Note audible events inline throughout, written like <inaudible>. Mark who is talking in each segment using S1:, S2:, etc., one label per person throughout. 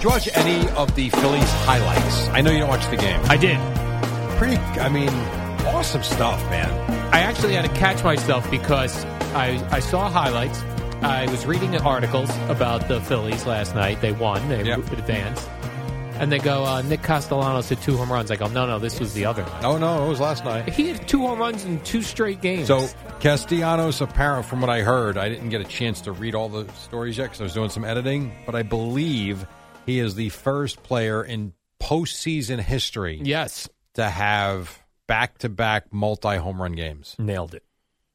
S1: George, any of the Phillies highlights? I know you don't watch the game.
S2: I did.
S1: Pretty, I mean, awesome stuff, man.
S2: I actually had to catch myself because I, I saw highlights. I was reading the articles about the Phillies last night. They won. They
S1: Yep.
S2: advanced. And they go, uh, Nick Castellanos hit two home runs. I go, no, no, this was the other night.
S1: Oh no, it was last night.
S2: He hit two home runs in two straight games.
S1: So Castellanos, apparent from what I heard, I didn't get a chance to read all the stories yet because I was doing some editing. But I believe he is the first player in postseason history
S2: yes.
S1: to have back-to-back multi-home run games.
S2: Nailed it.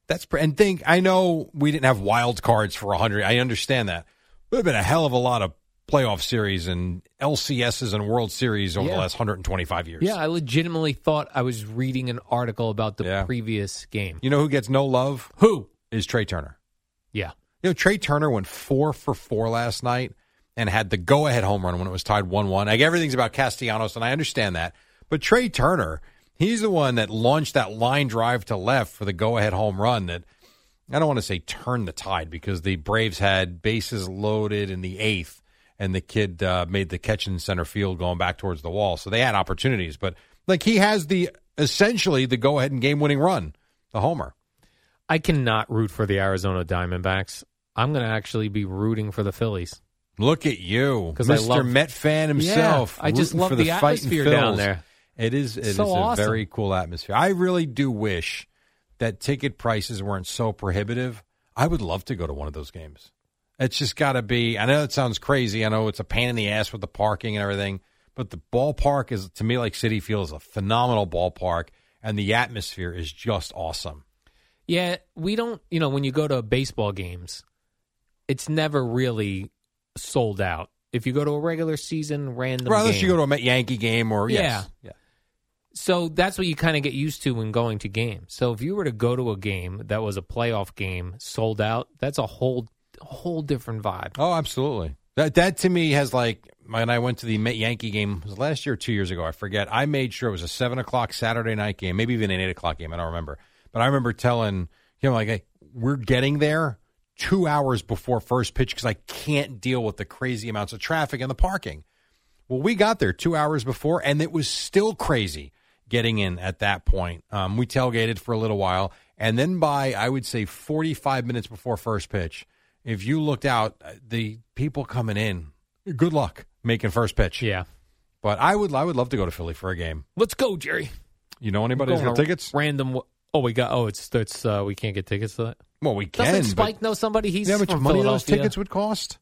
S1: That's pre- and think I know we didn't have wild cards for hundred. I understand that. Would have been a hell of a lot of playoff series and LCSs and World Series over the
S2: Yeah.
S1: last 125 years.
S2: Yeah, I legitimately thought I was reading an article about the
S1: Yeah.
S2: previous game.
S1: You know who gets no love
S2: Who?
S1: is Trey Turner.
S2: Yeah.
S1: You know Trey Turner went four for four last night and had the go-ahead home run when it was tied one-one. Like everything's about Castellanos, and I understand that. But Trey Turner, he's the one that launched that line drive to left for the go-ahead home run that I don't want to say turn the tide because the Braves had bases loaded in the eighth, and the kid uh, made the catch in center field going back towards the wall. So they had opportunities, but like he has the essentially the go ahead and game winning run, the homer.
S2: I cannot root for the Arizona Diamondbacks. I'm going to actually be rooting for the Phillies.
S1: Look at you,
S2: 'Cause I
S1: Mr.
S2: love-
S1: Met fan himself.
S2: Yeah, I just
S1: rooting
S2: love
S1: for
S2: the
S1: fighting
S2: atmosphere down
S1: Phils.
S2: there.
S1: It is it is
S2: So
S1: a
S2: awesome.
S1: very cool atmosphere. I really do wish that ticket prices weren't so prohibitive. I would love to go to one of those games. It's just got to be. I know it sounds crazy. I know it's a pain in the ass with the parking and everything, but the ballpark is to me like City Field is a phenomenal ballpark, and the atmosphere is just awesome.
S2: Yeah, we don't, you know, when you go to baseball games, it's never really sold out. If you go to a regular season random
S1: Well, unless
S2: game.
S1: you go to a Met Yankee game or yes. yeah,
S2: so that's what you kind of get used to when going to games. So if you were to go to a game that was a playoff game sold out, that's a whole whole different vibe.
S1: Oh, absolutely. That that to me has like when I went to the Met Yankee game it was last year, or two years ago, I forget. I made sure it was a seven o'clock Saturday night game, maybe even an eight o'clock game. I don't remember, but I remember telling him like, "Hey, we're getting there two hours before first pitch because I can't deal with the crazy amounts of traffic and the parking." Well, we got there two hours before, and it was still crazy getting in at that point. Um, we tailgated for a little while, and then by I would say forty-five minutes before first pitch, if you looked out, uh, the people coming in, good luck making first pitch.
S2: Yeah.
S1: But I would, I would love to go to Philly for a game.
S2: Let's go, Jerry.
S1: You know anybody who's
S2: Going
S1: got
S2: to
S1: tickets?
S2: Random Oh, we got Oh, it's it's uh, we can't get tickets to that.
S1: Well, we
S2: Doesn't
S1: can. but
S2: Spike know somebody he's
S1: you know how much
S2: from
S1: money those
S2: Philadelphia?
S1: tickets would cost?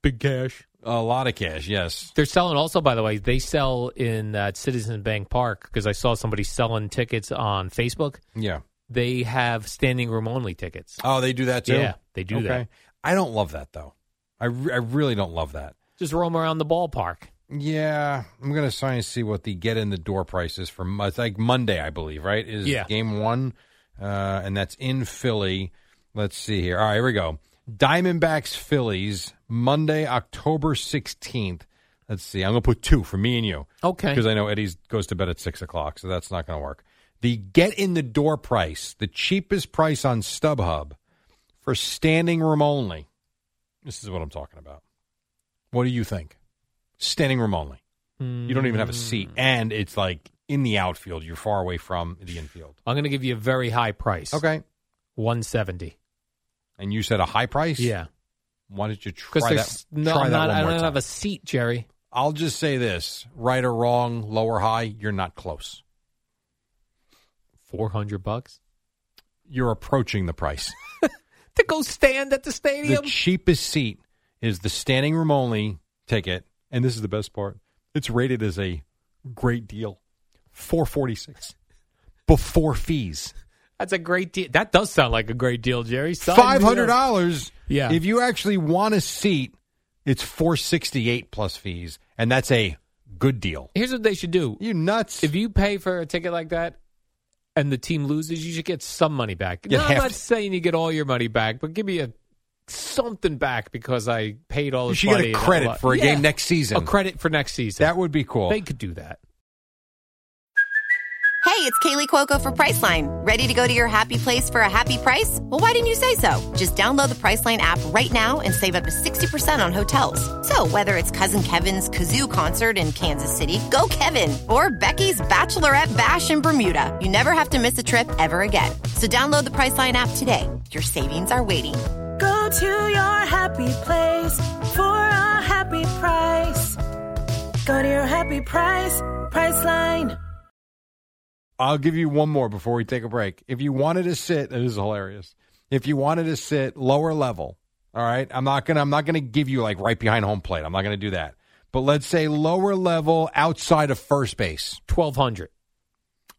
S2: big cash.
S1: A lot of cash. Yes.
S2: They're selling also, by the way, they sell in uh, Citizen Bank Park because I saw somebody selling tickets on Facebook.
S1: Yeah.
S2: They have standing room only tickets.
S1: Oh, they do that too.
S2: Yeah, they do
S1: okay.
S2: that.
S1: I don't love that though. I, re- I really don't love that.
S2: Just roam around the ballpark.
S1: Yeah, I'm gonna try and see what the get in the door price is for. Mo- It's like Monday, I believe, right? Is
S2: Yeah.
S1: game one, uh, and that's in Philly. Let's see here. All right, here we go. Diamondbacks Phillies Monday, October 16th. Let's see. I'm gonna put two for me and you
S2: Okay.
S1: because I know Eddie's goes to bed at six o'clock, so that's not gonna work. The get in the door price, the cheapest price on StubHub for standing room only. This is what I'm talking about. What do you think? Standing room only. You don't even have a seat,
S2: Mm.
S1: and it's like in the outfield. You're far away from the infield.
S2: Hmm. I'm going to give you a very high price.
S1: Okay.
S2: 170.
S1: And you said a high price.
S2: Yeah.
S1: Why don't you
S2: Because
S1: try that?
S2: there's no,
S1: try
S2: I'm
S1: that
S2: not,
S1: one
S2: I
S1: more
S2: don't
S1: time.
S2: have a seat, Jerry.
S1: I'll just say this: right or wrong, low or high, you're not close.
S2: four hundred bucks
S1: You're approaching the price.
S2: to go stand at the
S1: the
S2: stadium.
S1: cheapest seat is the standing room only ticket, and this is the best part. It's rated as a great deal, four forty six before fees.
S2: That's a great deal. That does sound like a great deal, Jerry. Sign me
S1: Five hundred
S2: up.
S1: dollars.
S2: Yeah.
S1: If you actually want a seat, it's four sixty eight plus fees, and that's a good deal.
S2: Here's what they should do.
S1: You nuts?
S2: If you pay for a ticket like that and the team loses, you should get some money back.
S1: Get
S2: no, I'm
S1: half-
S2: not saying you get all your money back, but give me a something back because I paid all
S1: you
S2: this
S1: should
S2: money.
S1: get a
S2: and all
S1: credit
S2: that.
S1: for a
S2: Yeah.
S1: game next season.
S2: A credit for next season.
S1: that would be cool.
S2: they could do that.
S3: Hey, it's Kaylee Cuoco for Priceline. Ready to go to your happy place for a happy price? Well, why didn't you say so? Just download the Priceline app right now and save up to 60% on hotels. So, whether it's Cousin Kevin's Kazoo concert in Kansas City, go Kevin, or Becky's Bachelorette Bash in Bermuda, you never have to miss a trip ever again. So, download the Priceline app today. Your savings are waiting.
S4: Go to your happy place for a happy price. Go to your happy price, Priceline.
S1: I'll give you one more before we take a break. If you wanted to sit, this is hilarious. If you wanted to sit lower level, all right, I'm not gonna I'm not gonna give you like right behind home plate. I'm not gonna do that. But let's say lower level outside of first base,
S2: Twelve hundred.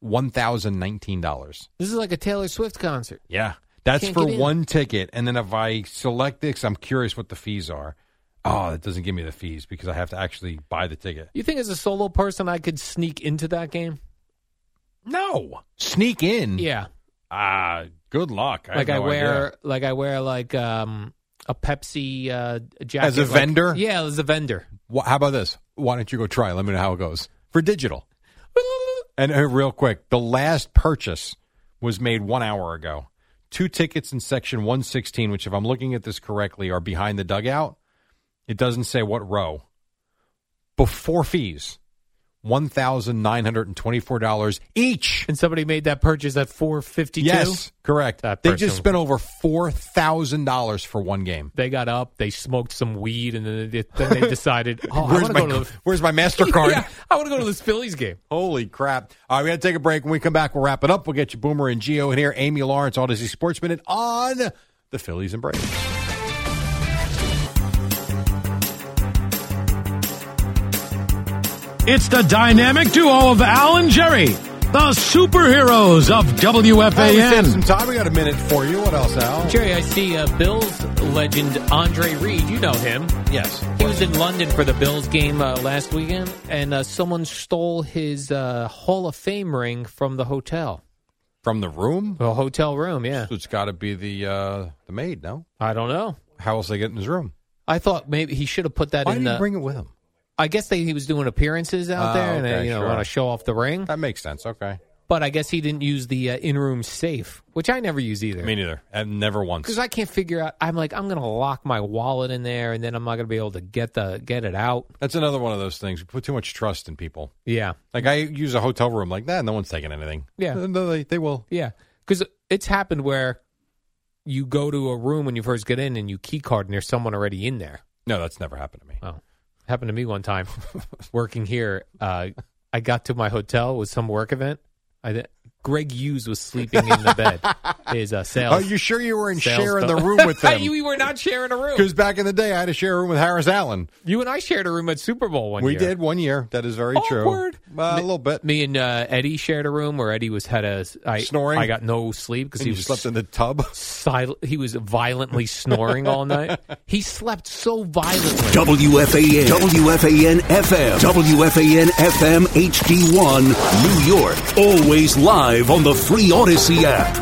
S1: one thousand nineteen dollars.
S2: This is like a Taylor Swift concert.
S1: Yeah, that's
S2: Can't
S1: for
S2: get in.
S1: one ticket. And then if I select this, I'm curious what the fees are. Oh, that doesn't give me the fees because I have to actually buy the ticket.
S2: You think as a solo person I could sneak into that game?
S1: No, sneak in.
S2: Yeah.
S1: Ah, good luck. Hmm. I
S2: like
S1: have
S2: I
S1: no
S2: wear
S1: idea.
S2: like I wear like um a Pepsi uh jacket
S1: As a
S2: like-
S1: vendor?
S2: Yeah, as a vendor.
S1: Wh- How about this? Why don't you go try? Let me know how it goes for digital. And uh, real quick, the last purchase was made one hour ago. Two tickets in section 116, which, if I'm looking at this correctly, are behind the dugout. It doesn't say what row. Before fees, $1,924 each.
S2: And somebody made that purchase at four fifty two.
S1: Yes, correct.
S2: That
S1: They
S2: person-
S1: just spent over $4,000 for one game.
S2: They got up, they smoked some weed, and then they, then
S1: <laughs>
S2: they decided, oh, I
S1: where's,
S2: want to
S1: my,
S2: go to <laughs> the
S1: where's my MasterCard?
S2: Yeah, I want to go to this Phillies game.
S1: Holy crap. All right, we got to take a break. When we come back, we'll wrap it up. We'll get you Boomer and Geo in here. Amy Lawrence, Odyssey Sports Minute on the Phillies and Braves.
S5: It's the dynamic duo of Al and Jerry, the superheroes of
S1: Hey, we saved some
S5: WFAN.
S1: time. We got a minute for you. What else, Al?
S2: Jerry, I see uh, Bills legend Andre Reed. You know him.
S1: Yes.
S2: He was in London for the Bills game uh, last weekend, and uh, someone stole his uh, Hall of Fame ring from the hotel,
S1: From the room?
S2: the hotel room. Yeah,
S1: So it's got to be the uh, the maid, no?
S2: I don't know.
S1: How else they get in his room?
S2: I thought maybe he should have put that
S1: Why
S2: in
S1: did he
S2: the.
S1: bring it with him?
S2: I guess they, he was doing appearances out
S1: Ah,
S2: there, and
S1: okay,
S2: they, you know
S1: sure.
S2: want to show off the ring.
S1: That makes sense. Okay.
S2: But I guess he didn't use the uh, in-room safe, which I never use either.
S1: Me neither. And never once.
S2: because I can't figure out. I'm like, I'm gonna lock my wallet in there, and then I'm not gonna be able to get the get it out.
S1: That's another one of those things. We put too much trust in people.
S2: Yeah,
S1: Like I use a hotel room like that, no one's taking anything.
S2: Yeah.
S1: No, they, they will.
S2: yeah, because it's happened where you go to a room when you first get in and you key card, and there's someone already in there.
S1: No, that's never happened to me.
S2: Oh, happened to me
S1: <laughs>
S2: one time working here. Uh, I got to my hotel with some work event. I th- Greg Hughes was sleeping in the bed.
S1: <laughs>
S2: His uh, sales.
S1: Are Oh, you sure you were in
S2: sales
S1: share in the
S2: fel-
S1: room <laughs>
S2: <laughs>
S1: with them?
S2: you were not sharing a room.
S1: Because back in the day, I had to share a room with Harris Allen.
S2: You and I shared a room at Super Bowl one
S1: we
S2: year.
S1: did one year. That is very
S2: Awkward.
S1: true. Uh, a little bit.
S2: Me and uh, Eddie shared a room where Eddie was had a I,
S1: Snoring?
S2: I got no sleep because
S1: And
S2: he
S1: you
S2: was
S1: slept in the tub.
S2: sil- he was violently snoring
S1: <laughs>
S2: all night. He slept so violently.
S6: WFAN, WFAN FM, WFAN FM HD1, New York. Always live on the free Odyssey app.